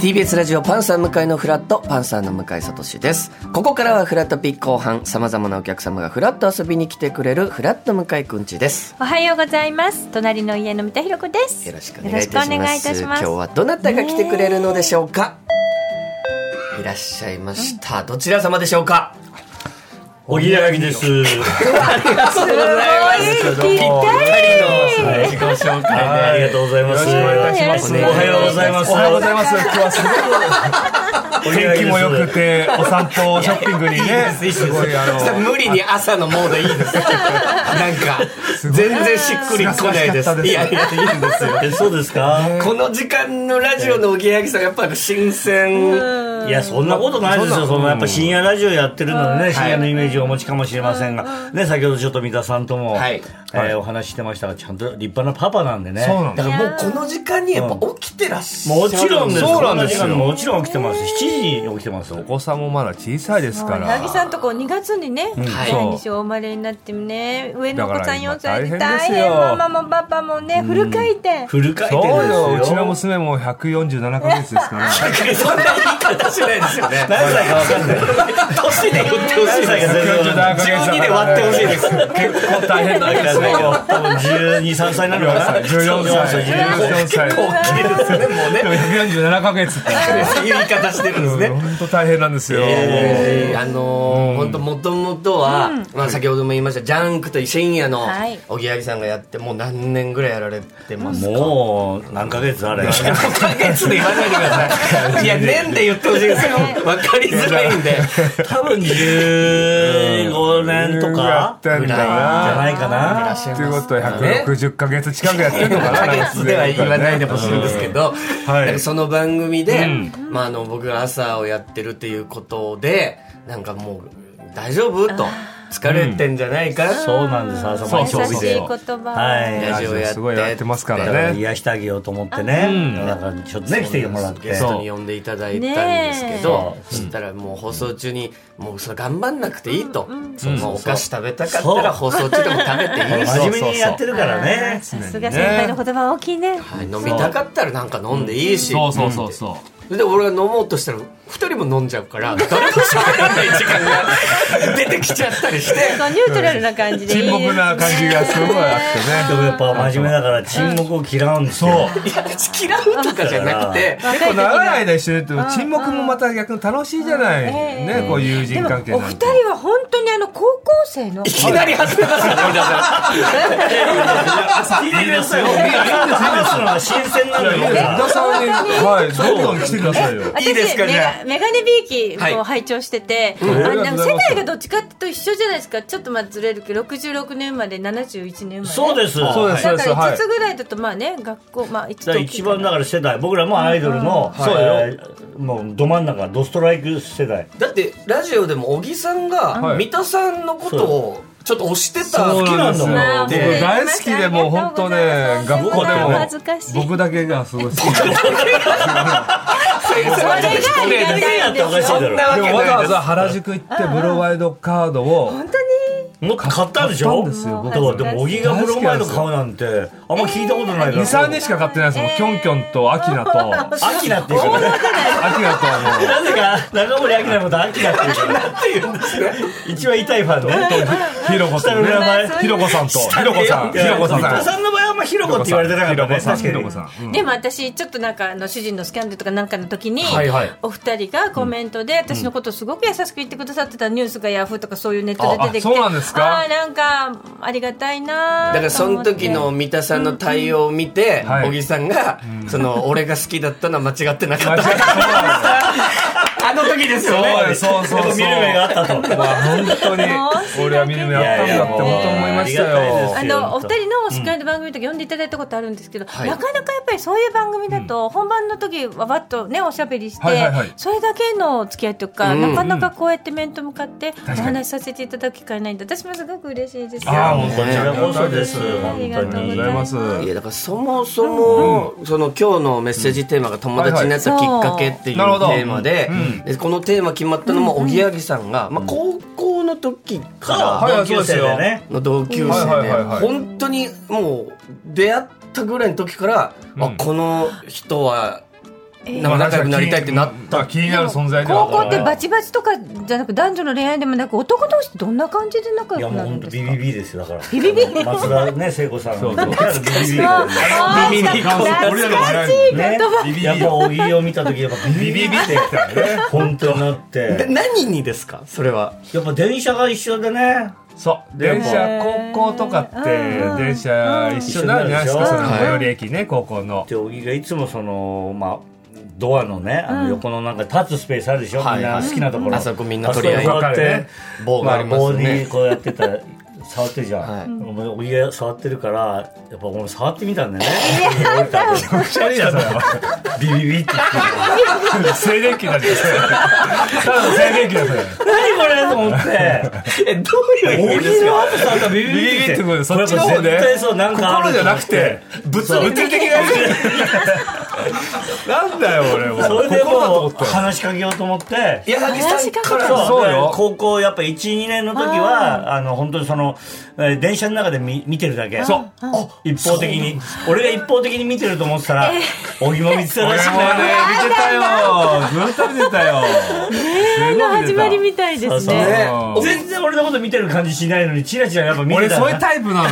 TBS ラジオパンサー向井のフラットパンサーの向井聡ですここからはフラットピー後半さまざまなお客様がフラット遊びに来てくれるフラット向井くんちですおはようございます。隣の家の三田寛子です。よろしくお願いいたしよろくおま願すいいたし今ます日はどなたが来てくれるのでしょうか、いらっしゃいましたどちら様でしょうかおぎやはぎです。ありがとうございますすごいぴったはい自己紹介でありがとうございます。よろしくお願り。いしますおはようございます。おはようございます。今日はすごく天気も良くて、お散歩、ショッピングにね、すごいあの、無理に朝のモードいい ですなんか全然しっくりこないですすごいいやいやいいんですよえ、そうですか。この時間のラジオのおぎやはぎさんやっぱり新鮮いや、そんなことないですよ。そのやっぱ深夜ラジオやってるのでね、深夜のイメージをお持ちかもしれませんが、ね、先ほどちょっと三田さんとも、はいえーお話ししてましたが、ちゃんと立派なパパなんでね。そうなんだだ。からもうこの時間にやっぱ起きてらっしゃるもちろんです。そうなんですよこ時間もちろん起きてます。7時に起きてます。お子さんもまだ小さいですかならぎ。さんとこ2月にね、はい第二子お生まれになってね、上のお子さん4だから歳今で大大変です変、マよマもパパもね、フル回転。フル回そ転でうすよ、よ。うちの娘も147ヶ月ですから。そんな言い方しないですよね何歳かわかんない。年で言ってほしい何歳か全然わかんない。 12で割ってほしいです結構大変ななんんかでねすよ。多分12、3歳なのかな。 14歳、14歳。結構大きいですよねもうねでも147ヶ月って。言い方してるんですね本当大変なんですよ。えーあのー本当もともとは、まあ、先ほども言いました「ジャンク」と深夜のはいおぎやはぎさんがやってもう何年ぐらいやられてますかもう、何ヶ月あれ。 5ヶ月で言わないでくださいいや年で言ってほしいですよ分かりづらいんで多分15年とやかっじてんだゃな。ないかな。ということは160ヶ月近くやってるのかな。 1ヶ月では言わないでほしいんですけど、はいなんかその番組で、まあ、あの僕が朝をやってるっていうことでなんかもう大丈夫と疲れてんじゃないか、そうなんです、朝そう毎そう優日しいで言。葉。はい。ラジオやってすごいやってますからだからね。癒してあげようと思ってね。だからちょっとね、来てもらっゲてス。トに呼んでいただいたんですけど、ねそしたらもう放送中に、もうそれ頑張んなくていいと、もうお菓子食べたかったら放送中でも食べていいし、真面目にやってるからね。さすが先輩の言葉は大きいね。はい飲みたかったらなんか飲んでいいし、そうそうそで俺が飲もうとしたら二人も飲んじゃうから誰も喋らない時間が出てきちゃったりしてこうニュートラルな感じうでいい沈ですね黙な感じがすごいあでっもやっぱ真面目だから沈黙を嫌うんですよ。そういや嫌うとかじゃなくててね。結構長い間一緒にいると沈黙もまた逆に楽しいじゃない。ね、こう友で人も関係おなん二て。人は本当にあの高校生のいきなり始めますよごめんなさいいですよ。話すのが新鮮なんだよ。田さんに、はい、どんどん来てくださいよ。私いいですかじゃあメガメガネビーはキいを拝聴してて、んあのありがとうござ世います代がどっちかと一緒じゃないですかちょっとまあずれるけど66年生まれ71年生まれそうです。そうです、そだうでかす、ら5はいつ。ぐらいだとまあね学校まあ一だから一番だから世代僕らもアイドルの、そうよえーもうど真ん中ドストライク世代いだってラジオでも小木さんがはい三田さんのことをちょっと推してたそうなんですよ。まあ僕大好きでもう本当ね、学校ありがとうでございもます恥ずかしい僕だけがすごい好 き。それがそれがありがたいんですよっておかしいだそんなろわでけもわざないわでざ原宿行ってブロワイドカードを本当もっと買ったんでしょ買ったんですよだからでも小木がブロ前の顔なんてあんま聞いたことないから、 23日しか買ってないですもん、キョンキョンとアキナと アアキナっていうからねキナとあのなぜか中森明菜のことアキナっていうからすよ一番痛いファンね ひろこさんね下の名前 ひろこさんとひろこさんひろこさん伊藤さんの場合はあんまひろこって言われてなかったね確かひにろこさんにでも私ちょっとなんかあの主人のスキャンダルとかなんかの時に、はいはいお二人がコメントで私のことをすごく優しく言ってくださってたニュースがヤフーとかそういうネットで出てきてああそうなんですかああなんかありがたいなあだからその時との思って三田さんの対応を見てはい小木さんがその俺が好きだったのは間違ってなかった あの時ですよねそうそうそうそう見る目があったと本当に俺は見る目あったんだって本当思いましたいやいやいよやあのお二人の司会の番組とか読んでいただいたことあるんですけど、いなかなかやっぱりそういう番組だと、本番の時はわっとねおしゃべりして、はいはいはいそれだけの付き合いとか、うんなかなかこうやって面と向かっておに話しさせていただく機会ないんで私もすごく嬉しいですよ。あーもうこちらこそですありがとうございあまりすがとうございますいやだからそもそも、その今日のメッセージテーマが友達になったきっかけっていうテはいはいそうーマで,、でこのテーマ決まったのもおぎやはぎさんが、まあ、高校の時かはい同級生でねらの同級は生いはいではいはい本当にもう出会ったぐらいの時から、あこの人はなんか仲良くなりたいってなっまあ気になる存在では高校ってバチバチとかじゃなく男女の恋愛でもなく男同士ってどんな感じで仲い良やくもなうるん本で当すビかビビですよだからビビビ松田ね聖子さんのそうそいやうビビビあビビビ懐かしいね言葉、ビビビやっぱ小木を見た時やっぱビビビビってきたね本当になっでて何にですかそれはやっぱ電車が一緒でねそう電車でも高校とかってうん電車一緒なんじゃない一緒になるですかそでしょの最寄り駅ね高校ので小木がいつもそのまあドアのねあの横のなんか立つスペースあるでしょ、はいみんな好きなところ、うんあそこみんな取り合いあそここうやって、棒がありますよね棒にこうやってたら触ってるじゃん、はいお前小木が触ってるからやっぱ俺触ってみたんだよね降りた後めっちゃいいやつだよビビビって言って静電気だねただの静電気だね何これと思ってえどう小いう意味です木のか後さんがビビビビってビビビってことでそっちの方ね絶対そうなんかあ心るじと思ゃっなくて物そう物理的なやつなんだよ俺もそうれで心だとも思うったよ話しかけようと思って矢作さんからそうそうよで高校やっぱ12年の時はあの本当にそのえー電車の中で見見てるだけそうあ一方的に俺が一方的に見てると思ってたら小木も見てた俺もらねしくて見てたよずっと見てたよ恋愛の始まり見みたいですそうそうね。ねうん全然俺のこと見てる感じしないのにチラチラやっぱ見て俺たそういうなタイプなのよ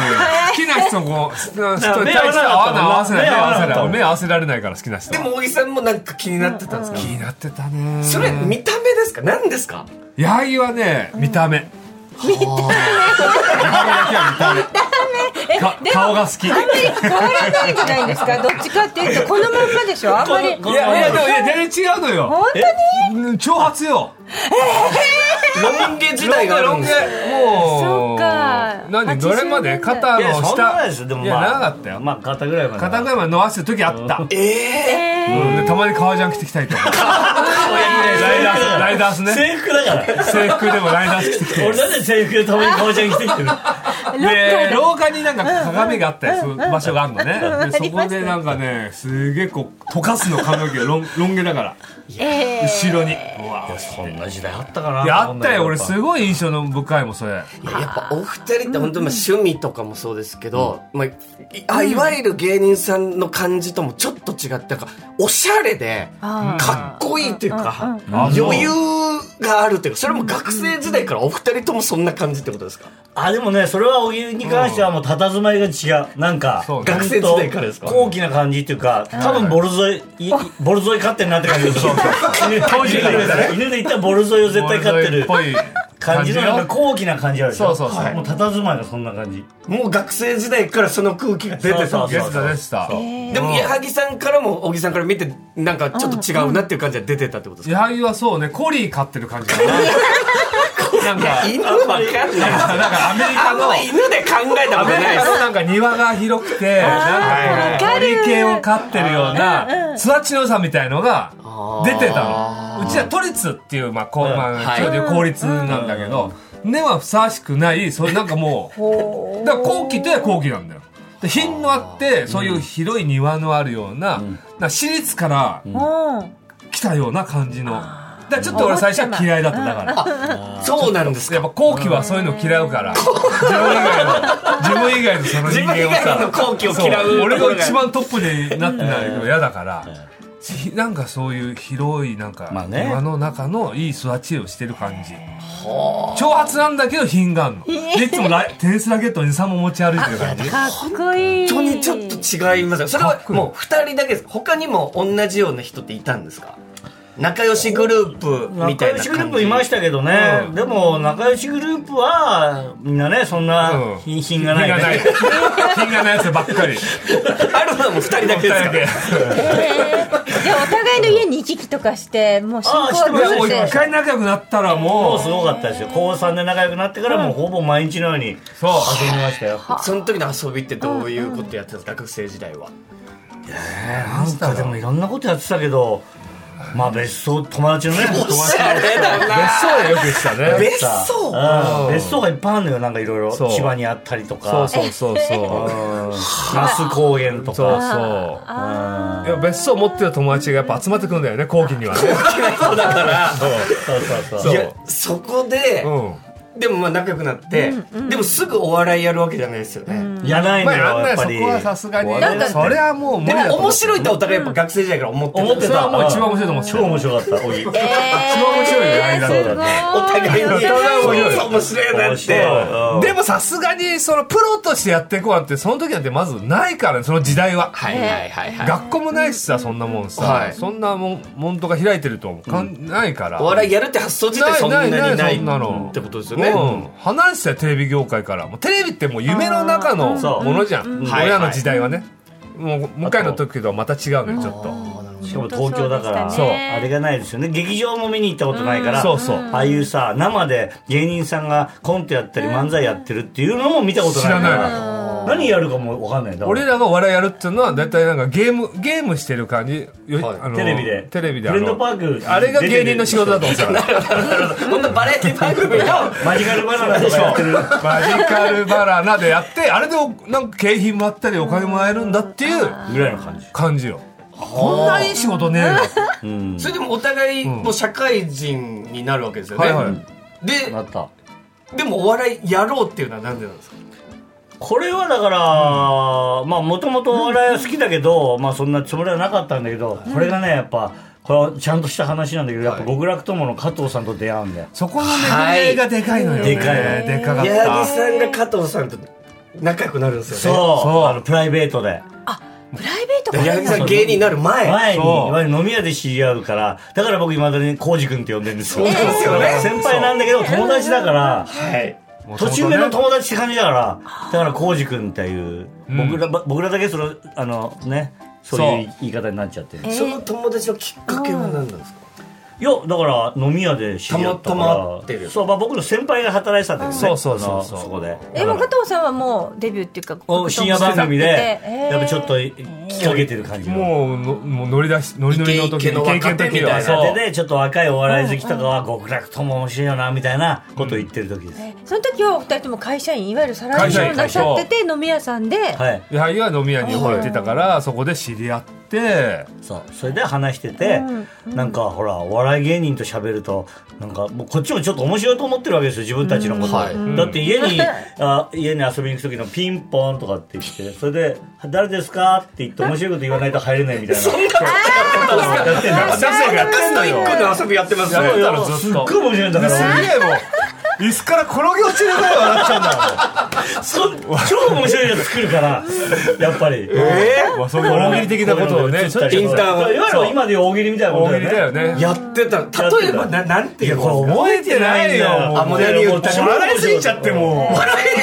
好きな人もこう人に対して合わない合わせない目合わせない目合わせられないから好きな人ではも小木さんもなんか気になってたんですか気になってたねそれ見た目ですか何ですか矢作はね見た目見た目顔が好きいやい変わらないじゃないですか。どっちかっていうとこのまんまでしょ。あんまり。こやでもいや全然違うのよ本当にうん挑発よロン毛時代があるんですよもうそっか何どれまで80年代肩いやそのんなない下ですよでもいやまあ長かったよまあ肩ぐらいまで肩ぐらいまで伸ばしてる時あったええうんでたまに革ジャン着てきたりとかライダースライダースね制服だ から制服でもライダース着てきて俺なんで制服でたまに顔ちゃん着てきてるで廊下になんか鏡があったりする場所があるのねでそこでなんかねすげえこう溶かすの髪の毛がロン ロン毛だからえ後ろにうわそんな時代あったかないやあったよ俺ごすごい印象の深いもんそれいややっぱお二人って本当にまあ趣味とかもそうですけど、まあいあ、いわゆる芸人さんの感じともちょっと違ってなんかおしゃれであーかっこいいというかんうんうん余裕があるというかそれも学生時代からお二人ともそんな感じってことですかあ、でもね、それは小木に関してはもう佇まいが違う。なんか、そうね学生時代からですか高貴な感じっていうか、多分ボルゾイ、いボルゾイ飼ってんなって感じですよ。犬当時からね犬で言ったらボルゾイを絶対飼ってるボルゾイっぽい感じの、なんか感じ高貴な感じあるでしょ。そうそうそうもう佇まいがそんな感じ。もう学生時代からその空気が出てたそうで出そうてた出てたでも矢作さんからも小木さんから見てなんかちょっと違うなっていう感じが出てたってことですか矢作はそうねコリー飼ってる感じかななんか犬わかんないなんかアメリカあんのま犬で考えたアことメリないでカすのなんか庭が広くて、なんかこう、わかる森系を飼ってるような、育ちの良さみたいのが出てたの。うちは都立っていう、まあ、こう、まあ、はい一応で公立なんだけど、根はふさわしくない、そういうなんかもう、だから後期といえば後期なんだよ。で品のあって、そういう広い庭のあるような、なんか私立からー来たような感じの。だからちょっと俺最初は嫌いだった、だから。そうなんですやっかぱ後期はそういうの嫌うから、自分以外の、自分以外のその人間自分を以外のさ、好奇をそう嫌う俺が一番トップになってないけど嫌だから、ひなんかそういう広いなんか、まあね庭の中のいい育ちをしてる感じ。挑発なんだけど品があんの。で、いつもライテニスラケットを23も持ち歩いてる感じ。かっこいい。本当にちょっと違いますよそれはかっこいいもう2人だけです他にも同じような人っていたんですか仲良しグループみた仲いな良感じしグループいましたけどね、でも仲良しグループはみんなねそんうなん品品がな品い,、がない。品がないやつばっかり。あるのはもう2人だけですからじゃあお互いの家に行き来とかして、もう進行あーしはてまいすどやうもうして一。回仲良くなったら ももうすごかったですよ高3で仲良くなってからもうほぼ毎日のように遊びう、そう。ましたよその時の遊びってどういうことやってたんですか学生時代はなんかでもいろんなことやってたけど、まあ別荘、友達のね、友達あれだな別荘でよく行ってたね。別荘うん別荘がいっぱいあるのよ、なんかいろいろ。そう千葉にあったりとそかう、そうそうそう。那須高原とそうか。そう。いや別荘持ってる友達がやっぱ集まってくるんだよね、後期にはね。だからそうそうそう。そういやそこでうん。でもまあ仲良くなって、でもすぐお笑いやるわけじゃないですよね、やないのまあ、やよんやなっいぱそりこはさすがになんかそれはもう無理でだとも思う面白いってお互いやっぱ学生時代から思ってた思ってそれたはもう一番面白いと思う超面白かったおぎえ面白いよねー間すのごいお互いにお互いそにうそう面白いなっ面て白いうんでもさすがにそのプロとしてやっていこうなんてその時なんてまずないからねその時代は、はいはいはいはい学校もないしさそんなもんさ、はいそんなもん門とか開いてるとかん、ないからお笑いやるって発想自体そんなにないないそんなのってことですよね、うん、離してたよテレビ業界からもうテレビってもう夢の中のそうものじゃんん親の時代はね、もう向かいの時とはまた違うのよちょっとしかも東京だからそうあれがないですよね劇場も見に行ったことないからそうそうああいうさ生で芸人さんがコントやったり漫才やってるっていうのも見たことないか知らら何やるかも分かんないだから俺らがお笑いやるっていうのは大体なんかゲームゲームしてる感じ、よはいあのテレビでテレビでフあレンドパのークあれが芸人の仕事だと思ってたからこんなバラエティ番組の マジカルバナナとかやってるマジカルバラナでやってあれでおなんか景品もらったりお金もらえるんだっていうぐらいの感じ感じよこんないい仕事ねえ よそれでもお互いもう社会人になるわけですよはね、いはい、でなったでもお笑いやろうっていうのはなんでなんですかこれはだから、まあもともとお笑いは好きだけど、まあそんなつもりはなかったんだけど、これがねやっぱこれはちゃんとした話なんだけど、やっぱ極楽友の加藤さんと出会うんだよそこの巡り合いがでかいのよね、でかいでかかっ矢た作さんが加藤さんと仲良くなるんですそうよねそうあのプライベートでプライベートか矢ら作さん芸人になる前前にいそうわゆる飲み屋で知り合うからだから僕いまだに浩二君って呼んでるんですよそうですよね 先輩なんだけど友達だからはい途中目の友達って感じだからだから浩二君っていう、うん僕ら僕らだけそのあのねそういう言い方になっちゃってるえーその友達のきっかけは何なんですか、いやだから飲み屋で知り合ったからたまたま会ってるそう、まあ、僕の先輩が働いてたんだけどねそうそうそうそのそこでえもう加藤さんはもうデビューっていうかお深夜番組でえーやっぱちょっときかけてる感じのもうのもう乗り出し乗り乗りの時イケイケのイケイケの時は若手みたいそそううでちょっと若いお笑い好きとかは極楽とも面白いよなみたいなことを言ってる時です、えその時はお二人とも会社員いわゆるサラリーマンをな会社員さってて飲み屋さんで、はい矢作は飲み屋に行ってたからそこで知り合ってそうそれで話してて、なんかほらお笑い芸人と喋るとなんかもうこっちもちょっと面白いと思ってるわけですよ自分たちのこと、はいだって家 にあ家に遊びに行く時のピンポンとかって言ってそれで「誰ですか?」って言って面白いこと言わないと入れないみたいな。やってんだ出せやってんだよの遊びやってますやってたのそうずすっっとごい面白いんだかすげらえもう椅子から転げ落ちるぐらい笑っちゃうんだそ超面白いやつ作るからやっぱりまあ、そういう大喜利的なことをね、ちょっとインターいわゆる今でいう大喜利みたいなこと大喜利だよねね。やってた例えばななんてい言やうこれの覚えてないよあもう何言ったか笑いすぎちゃってもう笑いって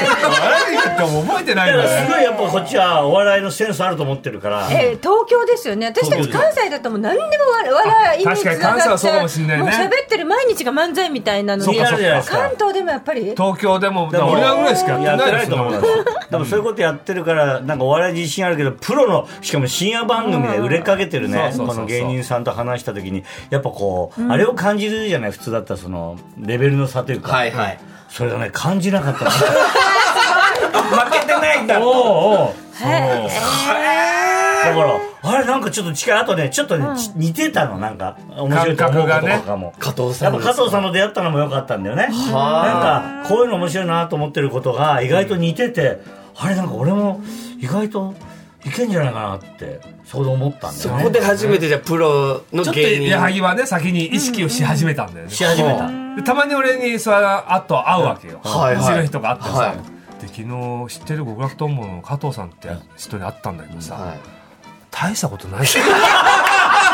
もう覚えてないんだからだすね。ごいやっぱこっちはお笑いのセンスあると思ってるからえー東京ですよね私たち東京関西だともう何でも笑笑いに確かに関西はそうかもしんないねもう喋ってる毎日が漫才みたいなのそうにかそうか関東でもやっぱり東京でも、でだからも俺らぐらいしかやってないやでっすてないと思よう。多分そういうことやってるからなんかお笑い自信あるけどプロのしかも深夜番組で売れかけてるねそうそうそうこそうの芸人さんと話した時にやっぱこうあれを感じるじゃない普通だったらそのレベルの差というかはいはいそれがね感じなかったの負けてないん だおうおうえだからあれなんかちょっと近いあとねちょっとねち似てたのなんか面白いと思うこととかも加藤さやんっぱです加藤さんの出会ったのも良かったんだよね。なんか、こういうの面白いなと思ってることが意外と似てて、あれなんか俺も意外といけんじゃないかなって、そこで思ったんだそよこね。で初めてじゃあプロのちょっと芸人矢作はね、先に意識をし始めたんだよね。し始めた。でたまに俺に、それあと会うわけよ。はいはい次の日とか会ってはさ。で、昨日知ってる極楽とんぼの加藤さんって人に会ったんだけどさ、はい大したことないし。あん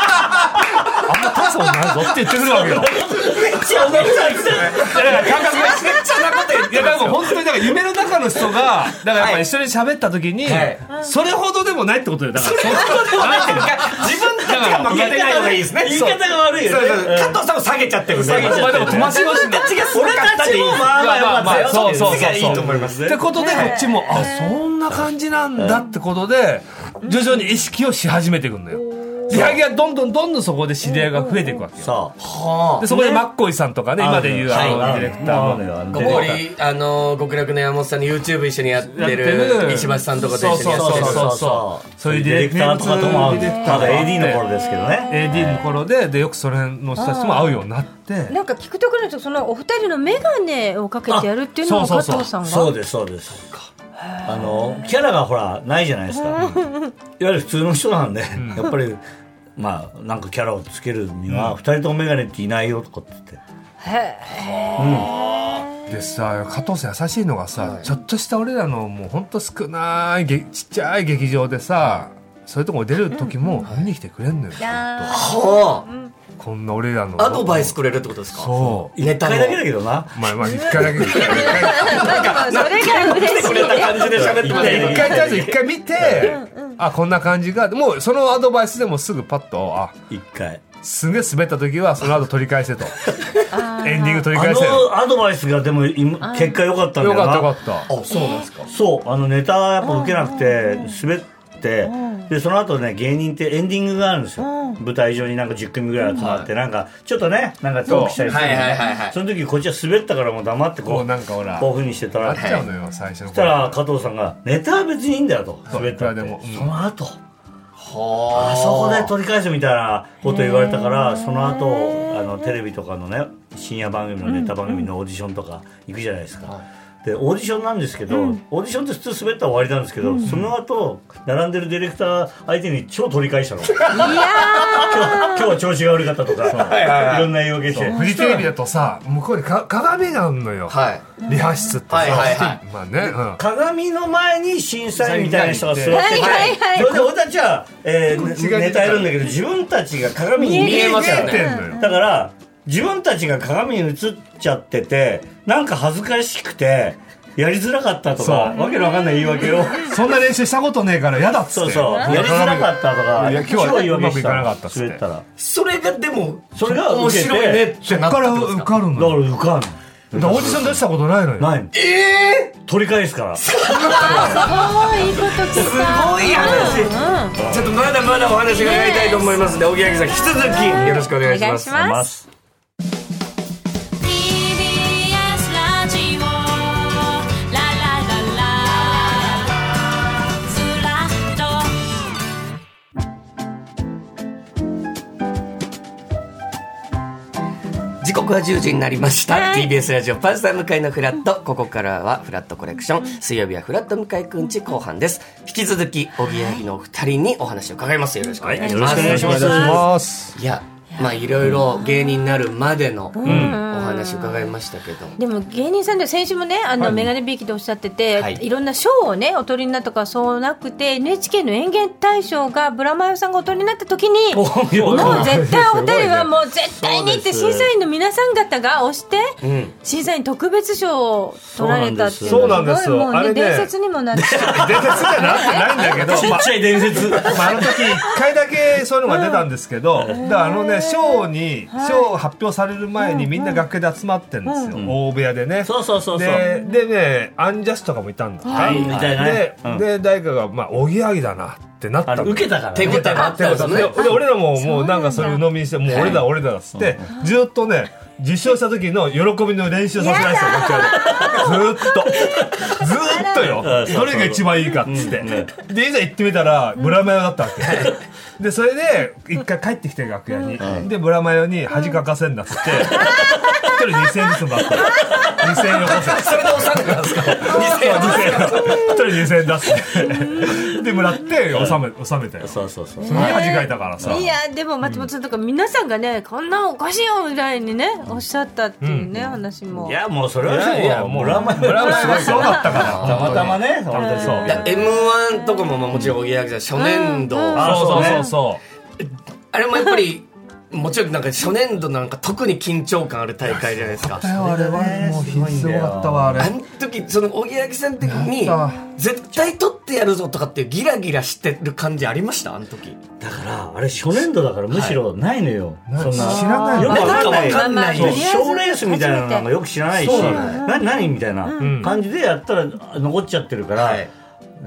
ま大したことないぞって言ってくるわけ よ。いやだから感覚がそんなこといやでも本当にだから夢の中の人がだからやっぱ一緒に喋った時に、はいそれほどでもないってことだよだからそ自分たちが負けてないのがいいですね言い方が悪いよね。そう加藤さんを下げちゃってる下うまあでも友達同士のたちが俺たちもまあまあ良かったよ。そうそうそうそういいと思いますってことでこっちもあそんな感じなんだってことで徐々に意識をし始めていくんだよギャギャどんどんどんどんそこで知り合いが増えていくわけよさあはでそこでマッコイさんとかね今で言うあのはいディレクターのはいディ小レクター堀、あの、極楽の山本さんに YouTube 一緒にやってやってる、る石橋さんとかと一緒にやそっうてるそう。そうそういうディレクターとかとも会うディレクターまだ AD の頃ですけどね AD の頃ででよくそれの人たちとも会うようになってなんか聞くところによるとそのお二人の眼鏡をかけてやるっていうのもあそ加うそうそう藤さんがそうですそうですあのキャラがほらないじゃないですか、いわゆる普通の人なんで、やっぱりまあなんかキャラをつけるには、二人とも眼鏡っていないよとかって言ってへでさ加藤さん優しいのがさ、ちょっとした俺らのもうほんと少ないげちっちゃい劇場でさそういうとこ出る時も見に来てくれんのよ、あはこんな俺らのあ、アドバイスくれるってことですかそうネタ一の回だけだけどなまあまあ一回だけ一回ーそれが嬉しい感じで喋ってましたよ一回とりあえず一回見てあこんな感じがもうそのアドバイスでもすぐパッとあ一回すげえ滑った時はその後取り返せとエンディング取りあ返せよのアドバイスがでも今結果良かったんだよよなかったよかったあ、そうなんですか。そうあのネタがやっぱ受けなくて滑ってでその後ね芸人ってエンディングがあるんですよ舞台上になんか10組ぐらい集まってなんかちょっとねなんかトークしたりするのはいはいはいはいその時こっちは滑ったからもう黙ってここううなんかほらこういうふうにしてたらあっちゃうのよ最初のそしたら加藤さんが「ネタは別にいいんだよ」とそう滑ったっいくてらでもうんその後はあそこで取り返すみたいなこと言われたからその後あのテレビとかのね深夜番組のネタ番組のオーディションとか行くじゃないですか。でオーディションなんですけど、オーディションって普通滑ったら終わりなんですけど、その後並んでるディレクター相手に超取り返したの今日今日は調子が悪かったとかいろんな言い訳してフジテレビだとさ向こうにか鏡があんのよ、はい。リハ室ってさ、はいはいはまあね、うん鏡の前に審査員みたいな人が座ってて、はいはいはいそれで俺たちは、えー違う違うネタやるんだけど自分たちが鏡に見えますよ見えてねんのよだから自分たちが鏡に映っちゃっててなんか恥ずかしくてやりづらかったとかそうわけのわかんない言い訳を そんな練習したことねえから嫌だっつっそうてそうやりづらかったとかいや今日は言うまくいかなかったっつって滑ったらそれがでも、それが面受けて白いねってなだったかっらてことです受か。かるだかのらよ受かんだからオーディション出したことないのよないのえ取り返すからあーいいこと聞いたすごい話うんうんーちょっとまだまだお話が伺いたいと思いますので、おぎやはぎさん、引き続きよろしくお願いしますお。願いします TBS ラジオララララずらっと時刻は10時になりました、はい TBS ラジオパンサー向かいのフラットここからはフラットコレクション水曜日はフラット向かいくんち後半です引き続きおぎやはぎのお二人にお話を伺いますよろしくお願いします、はいよろしくお願いしお願いしまますいやまあいろいろ芸人になるまでのお話伺いましたけど、でも芸人さんで先週もねあの、メガネビーキでおっしゃってて、はいい、ろんな賞をねお取りになったとかそうなくて NHK の演芸大賞がブラマヨさんがお取りになった時にもうます絶対お二人はもう絶対にって審査員の皆さん方が押して、ん審査員特別賞を取られたっていうそうなんですよごいもうあねれね伝説にもなって伝説じゃなくないんだけ ど、ちまっちゃい伝 説あ、まああの時1回だけそういうのが出たんですけど、だからあのね賞に賞発表される前にみんな楽屋で集まってるんですよ、大部屋でねそうそうそうそうででねアンジャスとかもいたんだ、はいみたいなねで、うんで誰かが「まあおぎやはぎだな」ってなったあのの受けたからね手応えもあったんですよねでで俺らももうなんかそれ鵜呑みにして「もう俺だ俺だ」っつってずっとね受賞した時の喜びの練習させないですよこっちはずーっとずーっとうよんそうそうどれが一番いいかっつってでいざ行ってみたらブラマヨだったわけでそれで一回帰ってきて楽屋にでブラマヨに恥かかせんなっつって一人2000円ずつもらったの2000円よこせそれで収めたんですか一人2000円出してでもらって収め収めたよそそうそうそうれに恥かいたからさいやでも松本さんとか皆さんがねこんなのおかしいよみたいにねおっしゃったっていうね、話もいやもうそれはそういやもうブラマヨブラマヨがすごかったからたまたまね本当にそういや m 1とかもまあもちろんおぎやはぎさん初年度、うんああそうねそあれもやっぱりもちろんなんか初年度なんか特に緊張感ある大会じゃないですかうあれはもうすごかったわあれあの時そのおぎやはぎさん的にやっ絶対取ってやるぞとかっていうギラギラしてる感じありましたあの時だからあれ初年度だからむしろないのよ、そんな知らないよくわかんないわかんないそとりうあえず賞レースみたいなのなんかよく知らないしそうなのな何みたいな感じでやったら残っちゃってるから、はい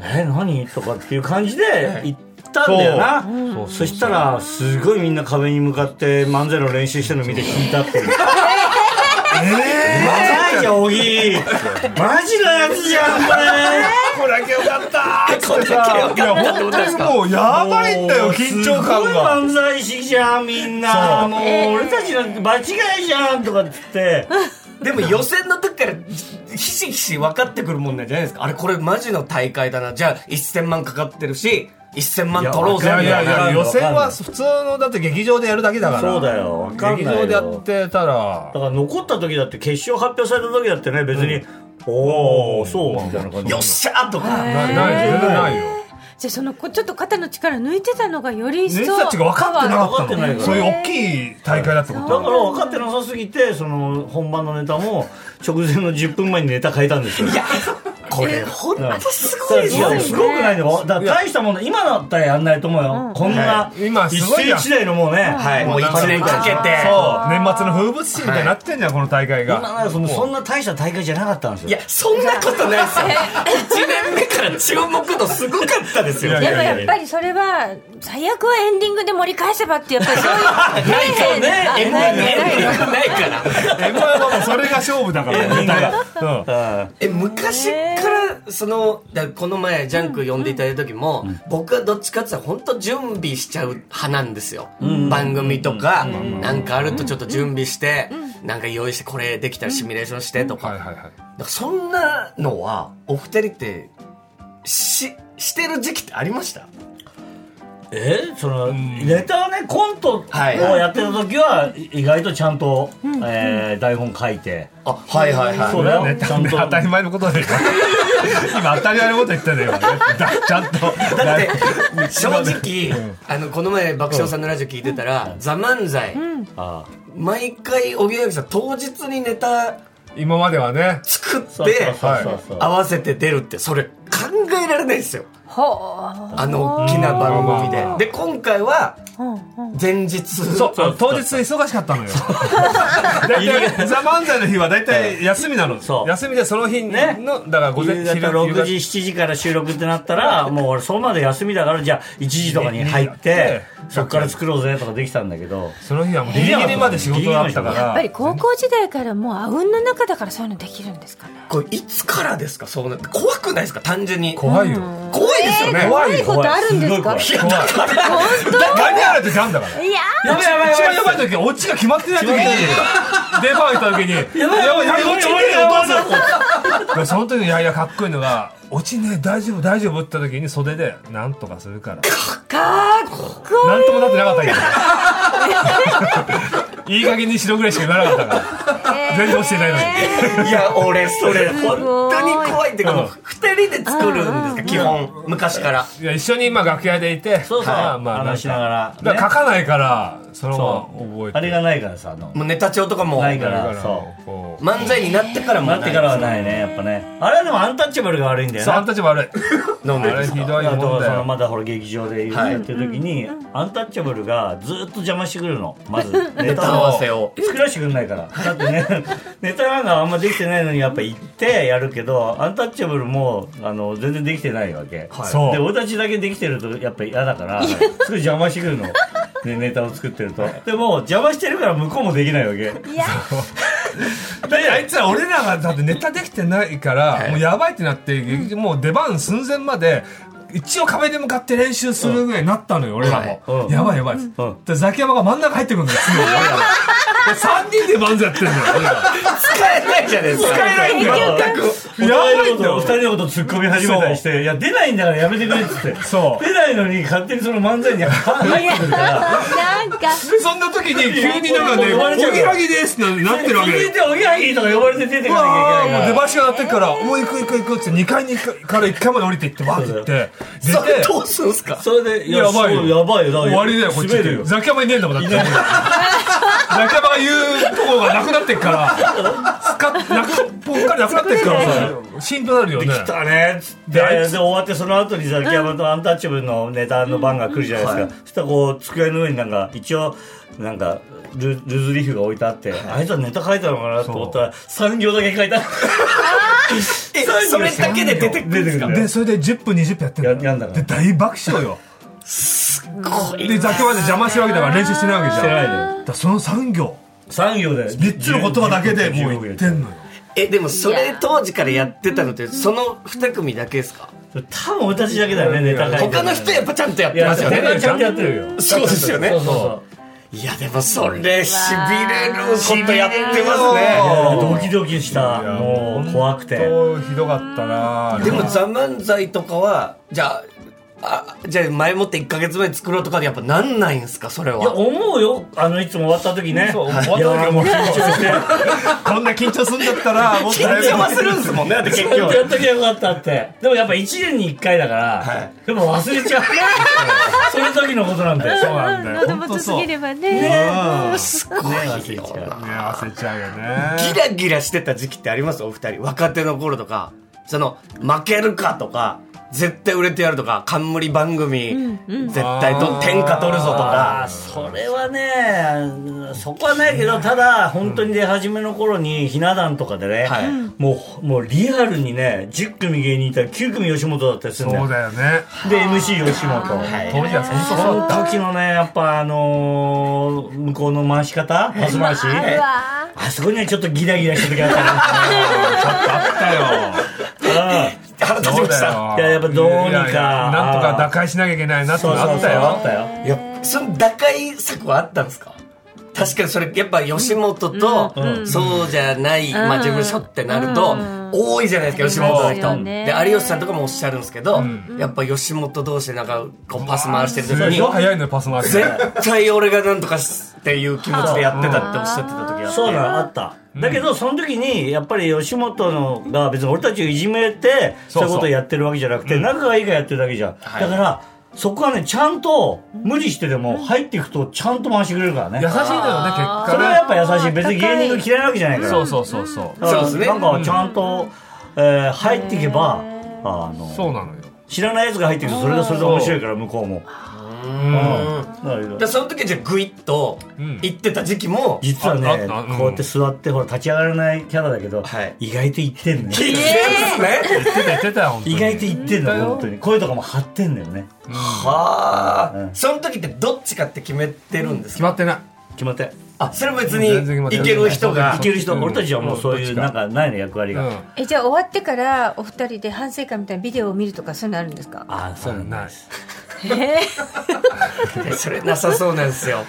え何とかっていう感じで行っったんだよなそしたらすごいみんな壁に向かって漫才の練習してるの見て聞いたっていう。 えー、マジじゃん小木マジのやつじゃんこれこれだけよかったーこれだけよかったいや本当に もうやばいんだよ緊張感すごいが漫才師じゃんみんなもう俺たちなんて間違いじゃんとかっつってでも予選の時からひしひし分かってくるもんなんじゃないですかあれこれマジの大会だなじゃあ1000万かかってるし1000万取ろういぜみやたいいやないや予選は普通のだって劇場でやるだけだからそうだよわかんない劇よ場でやってたらだから残った時だって決勝発表された時だってね別に、おおそうみたいな感じよっしゃーとか、ないない全然ないよじゃあそのこちょっと肩の力抜いてたのがより一姉層たちが分かってなかっ分かたってないのからそういう大きい大会だってこだからと分かってなさすぎてその本番のネタも直前の10分前にネタ変えたんですよいやこれ本当すごいすごいすごくないのだから大したもんだ今だったらやんないと思うよ、こんなは、い今す一ごい世やん一代のもうね、はいもう1年かけてそう年末の風物詩みたいになってんじゃんこの大会今がならその そんな大した大会じゃなかったんですよいやそんなことないですよ1年目から注目度すごかったですよいでやもやっぱりそれは最悪はエンディングで盛り返せばってやっぱりそうい うないから底ね辺ない M1 ないからえまあまあまあそれが勝負だからみんながうんあえ昔からそのだこの前ジャンク呼んでいただいた時も、僕はどっちかって言ったら本当準備しちゃう派なんですよ、番組とか、なんかあるとちょっと準備して、なんか用意してこれできたらシミュレーションしてとか,、はいはいはいなんかそんなのはお二人ってししてる時期ってありましたえそのネタはねコントをはいやってた時は意外とちゃんと、えー台本書いてあはいはいはいそうだよねちゃんと当たり前のことで今当たり前のこと言ったんだよねだちゃんとだって正直、あのこの前爆笑さんのラジオ聞いてたら「ザ漫才、あ毎回荻上さん当日にネタ今まではね作ってそうそうそうそう、合わせて出るってそれ考えられないですよほあの大きな番組うんでで今回はう、うんうん、前日そうあの当日忙しかったのよ大体「ザ・漫才の日は大体休みなのそう休みでその日のねだから午前夕方6時7時から収録ってなったらもう俺そこまで休みだからじゃあ1時とかに入ってそっから作ろうぜとかできたんだけどその日はもうギリギリまで仕事だったかやっぱらり高校時代からもうあうんの中だからそういうのできるんですかねこれいつからですかそうなって怖くないですか単純に怖怖いよいですよね、えー怖い怖いことあるんですか怖い怖い何やる時あんだからいややばいやばい一番やばい時はオチが決まってない時に出番行った時に「やばいやばいやばいオチねえよどうぞ」だからその時にいやいやかっこいいのが「オチねえ大丈夫大丈夫」って言った時に袖で「なんとかするから」ーかっこなんともなってなかったけどいい加減にしろぐらいしか言わなかったからいい全然落ちてないのにいや俺それごい本当に怖いっていうかもううん2人で作るんですか基本昔からいや一緒にまあ楽屋でいてそうそうまあまあ話しながらだから書かないからそのそうまま覚えてあれがないからさあのもうネタ帳とかもないかだらからそこう漫才になってからうもなってからはないないねやっぱねあれはでもアンタッチャブルが悪いんだよそうあんなたたち悪いなんであでれすひかどいあもとんだそのよまだほら劇場でやってる時にアンタッチャブルがずっと邪魔してくるの まずネネタ合わせを作らせてくんないからだって ねネタなんかあんまできてないのにやっぱ行ってやるけどアンタッチャブルもあの全然できてないわけ、はいそうで俺たちだけできてるとやっぱ嫌だからすごい邪魔してくるの、ね、ネタを作ってるとでも邪魔してるから向こうもできないわけいやだってあいつら俺らがだってネタできてないからもうやばいってなってもう出番寸前まで一応壁に向かって練習するぐらいになったのよ俺らはいもうんやばいやばいでザキヤマが真ん中入ってくるんだよすぐ俺らが3人で漫才やってんだよ俺ら使えないじゃないですか使えないんだよ全くおやば互いいのこんだとよお二人のこと突っ込み始めたりして「いや出ないんだからやめてくれ」っつってそう出ないのに勝手にその漫才に入 ってくるからなんかでそんな時に急になんかいね「やもうもうおぎはぎです」ってなってるわけ続いでて「おぎやはぎ」とか呼ばれて出てうかなきゃわいけーないもうか出ら。番しかなってっから「もう行く行く行く」っつって2階に行くから1階まで降りていってバーって行って出それてどうすんすかそれでやばいよそうやばいよだから終わりだよこっち滑るよザキヤマいねえんだもんだってザキヤマが言うとこがなくなってっ からすかなくぽっかりなくなってっからさしんどなるよね来たねっつってであでいつ終わってその後にザキヤマとアンタッチャブルのネタの番が来るじゃないですか、そしたらこう机の上になんか一応なんかルルーズリーフが置いてあって、あいつはネタ書いたのかなと思ったら3行だけ書いたえそれだけで出てくるんですか出てくるでそれで10分20分やってんややんだだからで大爆笑よで、座標まで邪魔してるわけだから練習してないわけじゃん。してないでだからその産業、産業で3つの言葉だけでもう言ってんのよ。えでもそれ当時からやってたのってその2組だけですか多分私だけだよねネタ書いてる他の人やっぱちゃんとやっいてやますよネねタちゃんとやってるよそうですよねそうそうそういやでもそれしびれることやってますいねやドキドキしたもう怖くてそうひどかったなでも「ザ・漫才」とかはじゃああじゃあ前もって1か月前に作ろうとかでやっぱなんないんすかそれいやは思うよあのいつも終わった時ねそう終わった時はもう緊張してこんな緊張するんだったらもう緊張はするんすもんねだってち結 ゃんと局やっときゃよかったってでもやっぱ1年に1回だから、でも忘れちゃうその時のことなんでそうなんだ喉元すぎればねすごいよなね焦っちゃうよねギラギラしてた時期ってありますお二人若手の頃とかその負けるかとか絶対売れてやるとか冠番組、絶対と天下取るぞとあかーそれはねそこはないけどただ本当に出始めの頃にひな壇とかでね、はいもうもうリアルにね10組芸人いたら9組吉本だったりするんだよそうだよねで MC 吉本当時はそんなそそうだのった時のねやっぱあのー向こうの回し方パス回しあるわあそこにはちょっとギラギラした時あったな あったよ腹立ちましたよいややっぱどうにかいやいやなんとか打開しなきゃいけないなってのあったよあったよいやその打開策はあったんですか確かにそれやっぱ吉本と、そうじゃない、まあ、事務所ってなると、多いじゃないですか吉本のそうですよ人、ねで有吉さんとかもおっしゃるんですけど、やっぱ吉本同士でなんかこうパス回してる時すにごい早いのよパス回し絶対俺がなんとかすっていう気持ちでやってたっておっしゃってた時があってそうなのあった、だけどその時にやっぱり吉本のが別に俺たちをいじめてそそううそういうことをやってるわけじゃなくて、仲がいいからやってるだけじゃん、はいだからそこはねちゃんと無理してでも入っていくとちゃんと回してくれるからね、優しいのよね結そ果れはやっぱ優しい別に芸人が嫌いなわけじゃないからねそうそうそうそうだかそらうですねなんかちゃんと、えー入っていけばあのそうなのよ知らないやつが入ってくるとそれがそれで面白いから向こうもうんだ かでらその時はじゃあグイッとうん行ってた時期も、実はああっねたうんこうやって座ってほら立ち上がらないキャラだけど、はい意外と言ってんのよ聞いてるんですね、言ってた言ってたよ本当に意外と言ってんの言ったよ本当に声とかも張ってんだよねはあ、うんその時ってどっちかって決めてるんです決か、まってない決まってあそれ別全然決まにっていないける人がいける人うん俺たちはもうそういううんなんかないの役割うが、んえじゃあ終わってからお二人で反省会みたいなビデオを見るとかそういうのあるんですかああそうなんだないいやそれなさそうなんですよ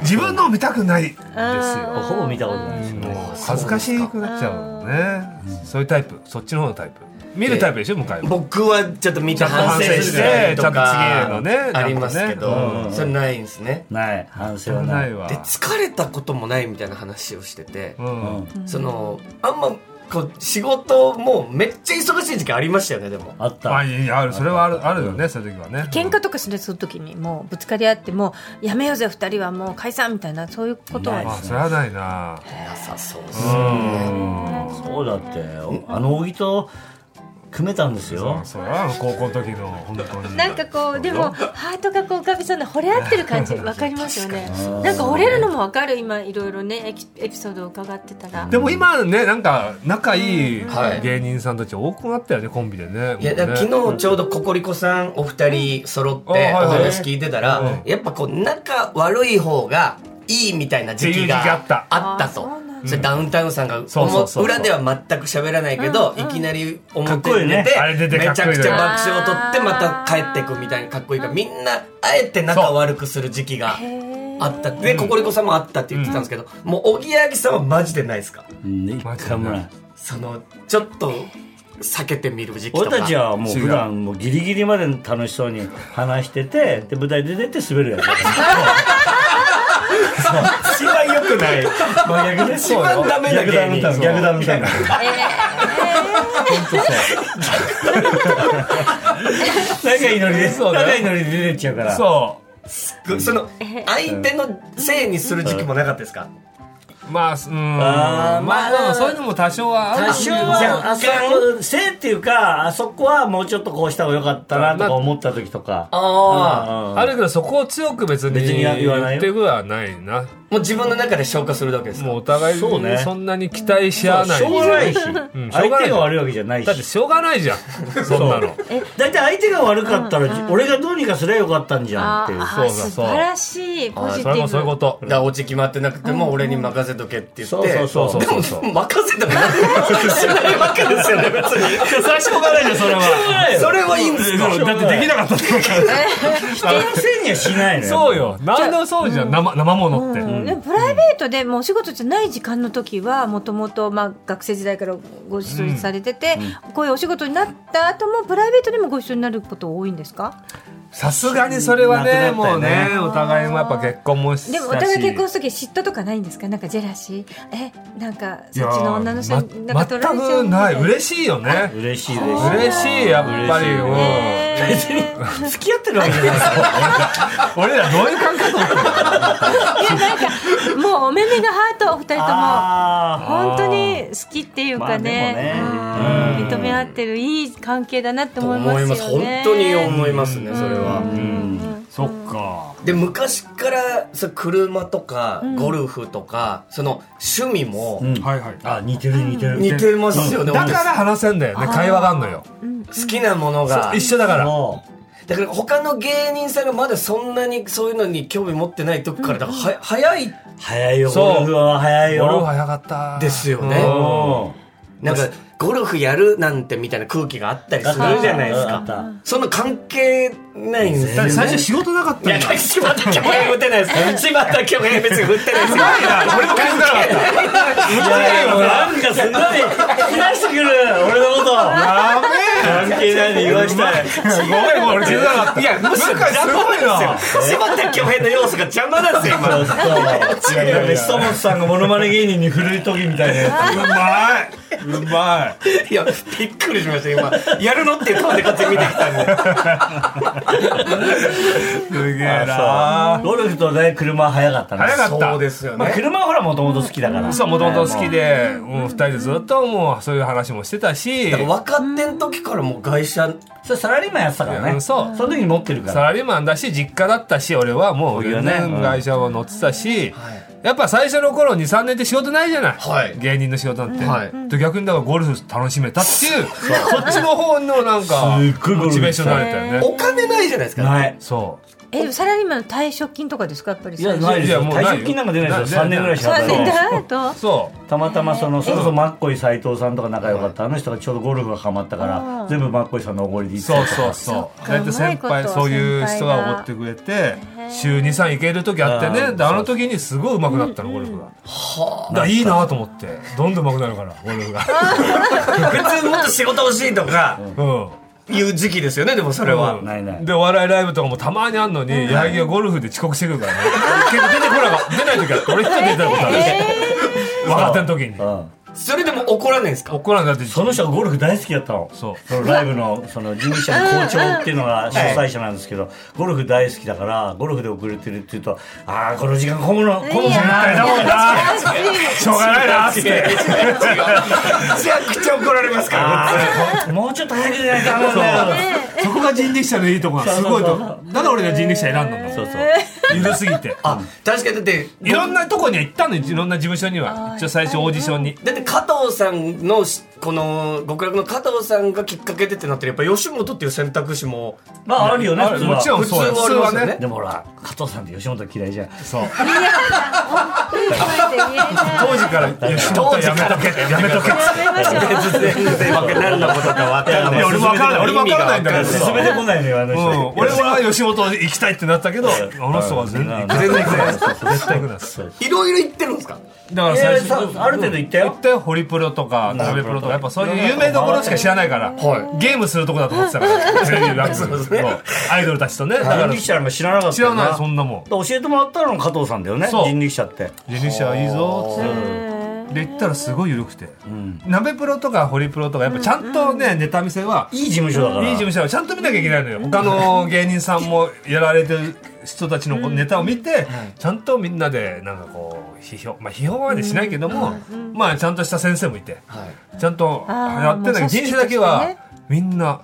自分の見たくないですうんよほぼ見たことないですよねもう恥ずかしくなっちゃうのねそういうタイプそっちの方のタイプ見るタイプでしょ向かい は僕はちょっと見て反省してとちゃんかと次へのねありますけど、なんかねうんそれないんですねない反省はないないわで疲れたこともないみたいな話をしてて、うんそのあんまこう仕事もうめっちゃ忙しい時期ありましたよねでもあった、まあいいあるそれはあるあるよねそういう時はね喧嘩とかするその時にもうぶつかり合ってもうやめようぜ二人はもう解散みたいなそういうことなはいあそれはないななさそうですそうだってあの扇と組めたんですよそれは高校の時の本当になんかこうでもハートがこう浮かびそうな惚れ合ってる感じ わかりますよねなんか惚れるのもわかる今いろいろねエキエピソードを伺ってたらでも今ねなんか仲いいはい芸人さんたち多くなったよねコンビでねいやだからもうね昨日ちょうどココリコさんお二人揃っておあはいはい話聞いてたらうやっぱこう仲悪い方がいいみたいな時期っていう時期あがったあったあとそうなんそれダウンタウンさんがそうそうそう裏では全く喋らないけどいきなり表に出かっこいいねあれ出ててめかっちこいゃいくよねちゃ爆笑を取ってまた帰っていくみたいなかっこいいからみんなあえて仲悪くする時期がへあったでココリコさんもあったって言ってたんですけどもうおぎやはぎさんはマジでないですかうん一回もないそのちょっと避けてみる時期とか俺たちはもう普段もうギリギリまで楽しそうに話しててで舞台で出て滑るやつ一番良くない真逆です一番ダメな逆ダ芸メ人だ逆ダメだ 仲いいのにねそうだよ仲いいのに出てっちゃうからそその相手のせいにする時期もなかったですか、まあ、うん。あーまあ、まあでもそういうのも多少はある多少は、あそこ、せいっていうか、あそこはもうちょっとこうした方が良かったなとか思った時とか。ああ、ああるけど、そこを強く別に別に言言わないっよてくはないな。もう自分の中で消化するだけですかもうお互いそうにねそんなに期待し合わない。しょうがないし、んしょう相がない手が悪いわけじゃないし。だってしょうがないじゃん。そんなの。だいたい相手が悪かったら、俺がどうにかすればよかったんじゃんっていう。あーそうそう素晴らしいポジテそれィもブそういうことだ。からオチ決まってなくても俺に任せとけって言って、そうそうそうそうでも任せとけないしないわけですよね別にそれはしょうがないじゃん、それは。それはいいんですかだってできなかったんだから人のせいにはしないのよ。そうよ。なんでも そうじゃん、生、生ものって。でもプライベートでもうお仕事じゃない時間の時はもともとまあ学生時代からご一緒されてて、こういうお仕事になった後もプライベートでもご一緒になること多いんですかさすがにそれはなね、くなったもようねね、お互いもやっぱ結婚もしたし。でもお互い結婚する時嫉妬とかないんですかなんかジェラシーえなんかいそやっちの女の人にーなんか取られちゃう全くない。嬉し嬉しいよね。嬉しいです。嬉しい、やっぱり。嬉しいねうん付き合ってるわけじゃないですよ。俺らどういう感覚いやなんかもうお目目がハートお二人ともあ本当に好きっていうかね,、まうん認め合ってるいい関係だなって思いま思いますすよ本ね当に思いますねそれは、そっか。で昔からそう車とかゴルフとか、その趣味もんはいはい。あ、似てる似てる。似てますよね、だから話せんだよね。会話があんのよ。好きなものが一緒だから。もだから他の芸人さんがまだそんなにそういうのに興味持ってない時からだからは、早いう早いよ、そうゴルフは早い俺よ。は早かった。ですよねうんなんかゴルフやるなんてみたいな空気があったりするじゃないですあっかたそんな関係ないんですよだねって最初仕事なかっいたや、んだよ。柴田恭平打てないです。柴田恭平別に打ってないですよ。俺も気づかなかっいた。やいやもうなんかすごい、聞き出してくる、俺のこと。や関べ係ないで言わしたい。えごめんごめん、俺気づかなかった。いや、むしろすごいな。柴田恭平の要素が邪魔なんですよ、今。そう。いやいやいや、久本さんがモノマネ芸人に振る時みたいな。うまい。うまい。いや、びっくりしました、今。やるのっていう顔で勝手に見てきたんで。すげえな。ゴルフとね、車は早かったね。早かった。そうですよまあ、ね。車はほら、もともと好きだから。そう、もともと好きで、うん、二人でずっともう、そういう話もしてたし、だから若手の時からもう外車、それサラリーマンやってたからうね。んそうその時に持ってるかサら。ラリーマンだし、実家だったし、俺はもう、そうだよ4ね年会社も乗ってたし、やっぱ最初の頃2、3年って仕事ないじゃない。はい芸人の仕事なんて。はいで逆にだからゴルフ楽しめたっていう、そっちの方のなんか、すっごいゴルフモチベーションになれたよね。お金ないじゃないですか。ない。そう。えでもサラリーマンの退職金とかですかやっぱりいや、ないですよ。退職金なんか出ないですよ。3年ぐらいし かそう働いねてない。だとそう。たまたまその、それこそマッコイ斎藤さんとか仲良かった。あの人がちょうどゴルフがハマったから、全部マッコイさんのおごりで行ってそうた。そうそう。かだって先うまい輩、ことそういう先人輩ががおごってくれて、週2、3行ける時あってあね。ーで、あの時にすごい上手くなったの、ゴルフが。はあ。だからいいなと思って。どんどん上手くなるから、ゴルフが。別にもっと仕事欲しいとか、うん。いう時期ですよね、でもそれは。ないない。で、お笑いライブとかもたまにあんのに、矢作がゴルフで遅刻してくるからね。結構出てこなかった。出ない時あって、俺一人で出たことあるし。若手の時に。うんそれでも怒らないんですか怒らんだって、その人がゴルフ大好きだったの。そうのライブの、その事務所の校長っていうのが主催者なんですけど、ゴルフ大好きだから、ゴルフで遅れてるって言うと、ああ、この時間混むの、混むじゃないだもんな。 しょうがないなっつって。めちゃくちゃ怒られますから。あーもうちょっと早く出ないとダメなんだよ。そこが人力車のいいとこがすごいとこ。だから俺が人力車選んだんだもん。そうそう。ゆるすぎて。あ、確かにだって、いろんなとこには行ったのよいろんな事務所には。一応最初オーディションに。だって加藤さんのしこの極楽の加藤さんがきっかけでってなってるやっぱ吉本っていう選択肢もまあ、あるよね、あ普通はもちろんそうよ普通はありますよねでもほら、加藤さんって吉本嫌いじゃん。そう。いい声で言えない当時から、吉本やめとけって、やめとけって。やめましょう別でわけ何のことか分かんないいや俺も分からない俺も分からないんだけど意味が分そか進んめてこないのよ、あのうん人。、俺は吉本行きたいってなったけど、あの人は全然行かない全然行かない絶対行くないです。いろいろ言ってるんですかだからいや最いやさ初ある程度行ったよ行ったよホリプロとか鍋プロとかやっぱそういう有名どころしか知らないから、はゲームするとこだと思ってたからテレビ番組のアイドルたちとねだか人ら力車なんか知らなかった知よらないそんなもん教えてもらったのが加藤さんだよね、そう人力車って。自転車いいぞーっつってで行ったらすごい緩くて、鍋プロとかホリプロとかやっぱちゃんとね、ネタ見せはいい事務所だから。いい事務所はちゃんと見なきゃいけないのよ他の芸人さんもやられてる人たちのこうネタを見て、ちゃんとみんなでなんかこう批評まあ批評までしないけども、まあちゃんとした先生もいてはいちゃんとあーやってんもだけどう組織人生だけは、としてねみんな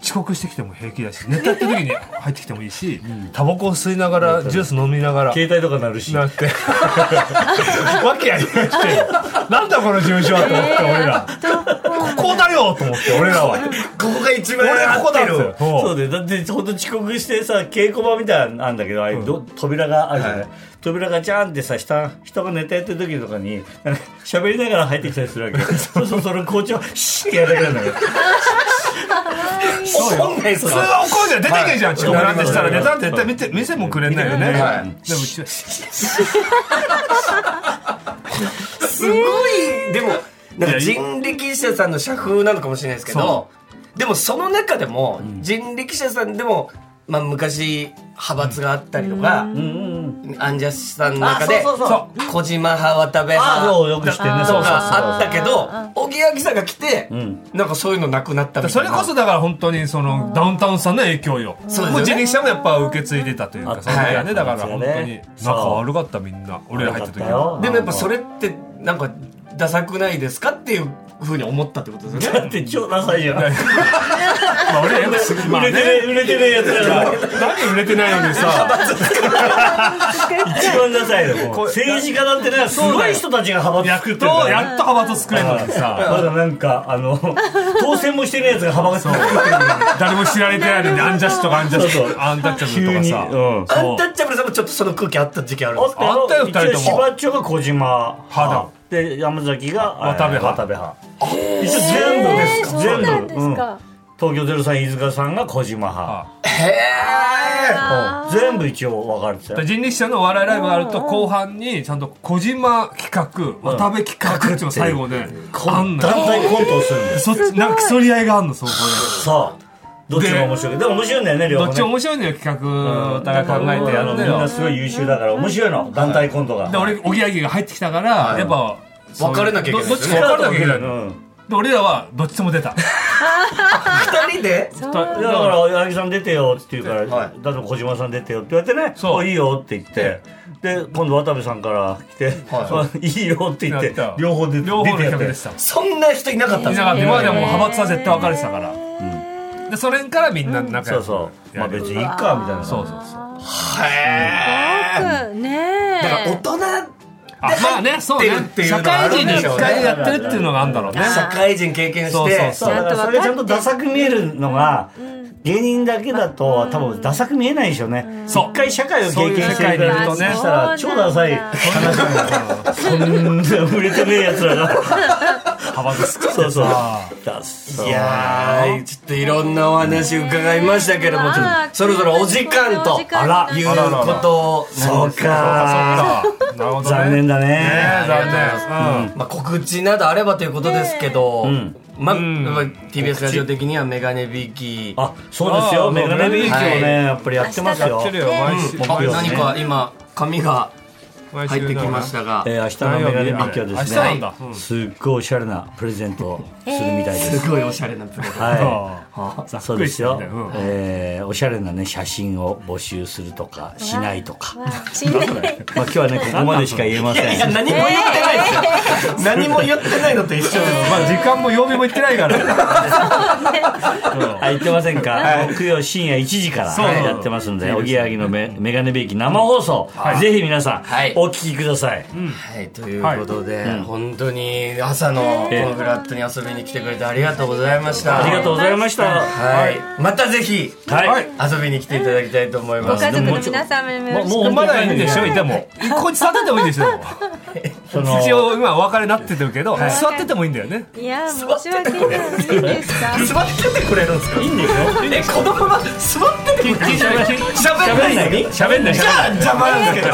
遅刻してきても平気だし寝たって時に入ってきてもいいし、タバコを吸いながらジュース飲みながら。携帯とかなるしなってわけやりましてなんだこの事務所はと思って俺らここだよと思って俺らはここが一番俺合ここってだるよそうだよだってほんと遅刻してさ稽古場みたいなのあんだけどあれ、ど扉があるじゃない、扉がジャーンってさ下人がネタやってる時とかになんか喋りながら入ってきたりするわけそうそうそれ校長シーってやらなきゃなんだけど怒んないそれ普は通は怒るじゃん出てけじゃん遅刻なんてしたはらいネタって絶対見て見せもくれないよね、はいでもうちはすごいでもなんか人力車さんの社風なのかもしれないですけどそでもその中でも人力車さんでも、まあ、昔派閥があったりとか、アンジャッシュさんの中であそうそうそうそう小島派渡部ああ派そうよく知ってんねそうそうそうそうがあったけどおぎやはぎさんが来て、んなんかそういうのなくなったみたそいれなこそだから本当にそのダウンタウンさんの影響よ。そうですよねもう人力車もやっぱ受け継いでたというあか、その時ははね、だから本当にそう仲悪かったみんな、俺ら入った時は。でもやっぱそれってなんかダサくないですかっていうふうに思ったってこと ですよだねって超ダサいじゃん売まあ俺らすまあれてねね。え売れてねえやつだから何売れてないのにさ、一番ダサいのもう政治家だってねすごい人たちが幅やっ作ってとんだよ、やっと派閥作れるのにさ、まだなんかあの当選もしてねえやつが幅が作ってる誰も知られてないのに、アンジャッシュとかアンジャッシそうそうュ、アンタッチャブ急ルにとかうさ、んアンタッチャブルさんもちょっとその空気あった時期あるんですかあったよ二人とも一応柴っちょが小島派だで山崎が渡部派えー渡部派一応全部ですえーそうなん全で部すうんか。東京ゼロさん飯塚さんが小島派あうーん全部一応分かれてただかよら人力車のお笑いライブがあると、後半にちゃんと小島企画、渡部企画っていうのが最後で、あんの団よ体コントをするんですそっち、なんか競り合いがあんの、そこで。さあどっちも面白いでも面白いんだよね両ど方っちもね面白いんだよ、企画。お互い考えてやるんみだんよな。すごい優秀だから面白いの団体コントがで、俺、おぎやはぎが入ってきたから、やっぱ、そう別れなきゃいけないでどどっちすかね分かれなきゃいけないうんの。で、俺らは、どっちとも出た。二人でだから「八木さん出てよ」って言うから「はいだと小島さん出てよ」って言われてね「そうおいいよ」って言ってで今度渡部さんから来ては「い いよ」って言っやてった両方で両方出のてやっ企画てでした。そんな人いなかったんいですなかかった。今まではもう派閥は絶対分かれてたから。で、それからみんな仲そ良うく。そうまあ別にいいかみたいなそうそうそう。へよくねえ。ーだから大人あ、まあね、そうね入ってるって。いう社のがある会人んにでし一ょうね回やってるっていうのがあるんだろうね。社会人経験してそうそうそうそうだからそれがちゃんとダサく見えるのが芸人だけだと多分ダサく見えないでしょうねそう一回社会を経験してるそういう世界にいるとねそしたら超ダサい話になるそんな売れてねえやつらが派閥作ってそうそうさ。ダサいやーちょっといろんなお話伺いましたけれども、ちょっとそろそろお時間とあらいうことそうかそうかなるほどね。残念だねね残念。うん。まあ、告知などあればということですけど、まあ、んやっぱり TBS ラジオ的にはメガネビキあそうですよあメガネビーチをね、はやっぱりやってますやよってるよ、毎週。あ僕よ何か今紙が毎週入ってきましたが、えー、明日のメガネビーチはですね明日なんだはいすっごいおしゃれなプレゼントをするみたいです、すごいおしゃれなプレゼントはいあざっそうくでりしすてみよたいなうん、えーおしゃれなね写真を募集するとかしないとか、まあ、しない。今日はねここまでしか言えませんいや何も言ってないですよ、何も言ってないのと一緒ですまあ時間も曜日も行ってないから。あ言ってませんか、木曜深夜1時からそうやってますんでおぎやはぎのメメガネビーキ生放送、ぜひ皆さん、はいお聞きください、はい、ということで、本当に朝のこのフラットに遊びに来てくれてありがとうございました。ありがとうございました、はい、またぜひはい遊びに来ていただきたいと思い ごま家す。族の皆様にもよろしくもうまだいいんでしょいても。こっち座っててもいいんでしょ その一応今お別れになっててるけど、座っててもいいんだよね。いや申し訳ない。いいですか。座っててくれるんですか。いいんですよ。え、子供が座っててくれる。喋喋んないのに。んない。喋んない。じゃあ邪魔なんですけど。